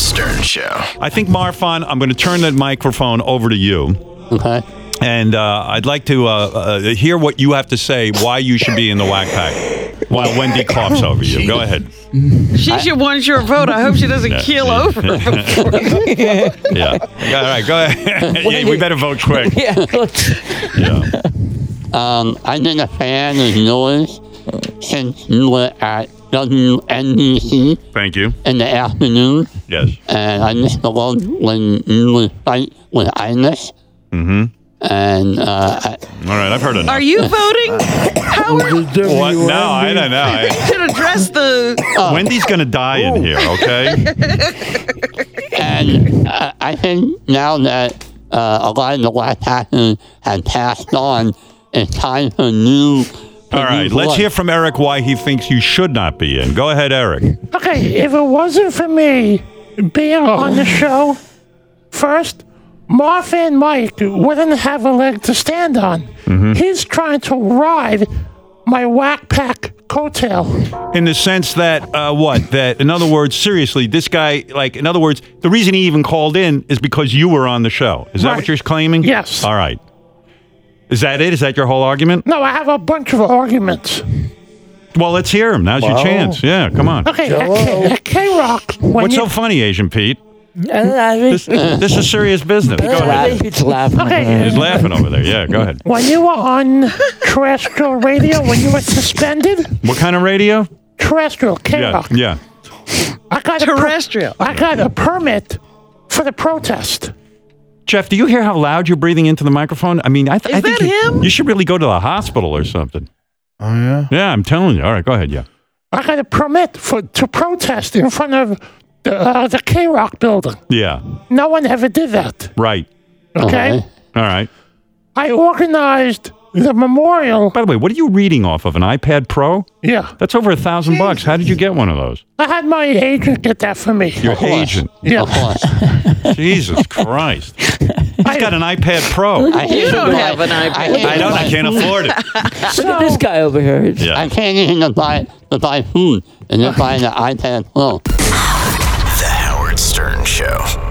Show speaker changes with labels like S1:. S1: show.
S2: I think Marfan, I'm going to turn the microphone over to you,
S3: Okay.
S2: and uh, I'd like to uh, uh, hear what you have to say why you should be in the whack pack. While Wendy coughs over you, go ahead.
S4: She should want your vote. I hope she doesn't keel over.
S2: Yeah. All right. Go ahead. yeah, we better vote quick. Yeah.
S3: Um, I've been a fan of yours since you were at WNBC
S2: Thank you.
S3: in the afternoon,
S2: Yes.
S3: and I missed the one when you would fight with Ines. Mm-hmm. And uh, I,
S2: All right. I've heard enough.
S4: Are you voting? Howard,
S2: What? No, I don't know. I-
S4: you should address the.
S2: Wendy's gonna die in here, okay?
S3: and I, I think now that uh, a lot of the West Hackers have passed on, it's time for new. for
S2: All right,
S3: new
S2: let's
S3: blood.
S2: hear from Eric why he thinks you should not be in. Go ahead, Eric.
S5: Okay, if it wasn't for me being
S2: Oh.
S5: on the show first, Martha and Mike wouldn't have a leg to stand on.
S2: Mm-hmm.
S5: He's trying to ride my whack pack coattail.
S2: In the sense that, uh, what? That, in other words, seriously, this guy, like, in other words, the reason he even called in is because you were on the show. Is that
S5: Right.
S2: what you're claiming?
S5: Yes.
S2: All right. Is that it? Is that your whole argument?
S5: No, I have a bunch of arguments.
S2: Well, let's hear him. Now's your
S6: Wow.
S2: chance. Yeah, come on.
S5: Okay, at K- at K Rock, when
S2: What's
S5: you,
S2: so funny, Asian Pete? This,
S6: This,
S2: this is serious business. Go ahead.
S6: Pete's laughing.
S5: Okay.
S2: He's laughing over there. Yeah, go ahead.
S5: when you were on terrestrial radio, when you were suspended,
S2: What kind of radio?
S5: terrestrial K
S2: Yeah,
S5: Rock,
S2: yeah.
S5: I got
S4: Terrestrial.
S5: A per- I got a permit for the protest.
S2: Jeff, do you hear how loud you're breathing into the microphone? I mean, I, th-
S4: Is
S2: I think
S4: that
S2: you,
S4: him?
S2: you should really go to the hospital or something.
S6: Oh, yeah?
S2: Yeah, I'm telling you. All right, go ahead. Yeah.
S5: I got a permit for to protest in front of the, uh, the K Rock building.
S2: Yeah.
S5: No one ever did that.
S2: Right.
S5: Okay,
S3: Okay.
S2: All right.
S5: I organized the memorial.
S2: By the way, what are you reading off of? An iPad Pro?
S5: Yeah,
S2: That's over a thousand bucks. How did you get one of those?
S5: I had my agent get that for me.
S2: Your
S3: Of course.
S2: agent.
S5: Yeah,
S3: Of course.
S2: Jesus Christ. He's got an iPad Pro.
S3: I hate
S4: don't
S3: the
S4: have
S3: West-
S4: an iPad.
S3: hate
S2: I
S3: the
S2: don't. I
S3: West.
S2: can't afford it.
S6: Look at this guy over here.
S2: Yeah.
S3: I can't even buy to buy food and then buy an iPad Pro.
S1: The Howard Stern Show.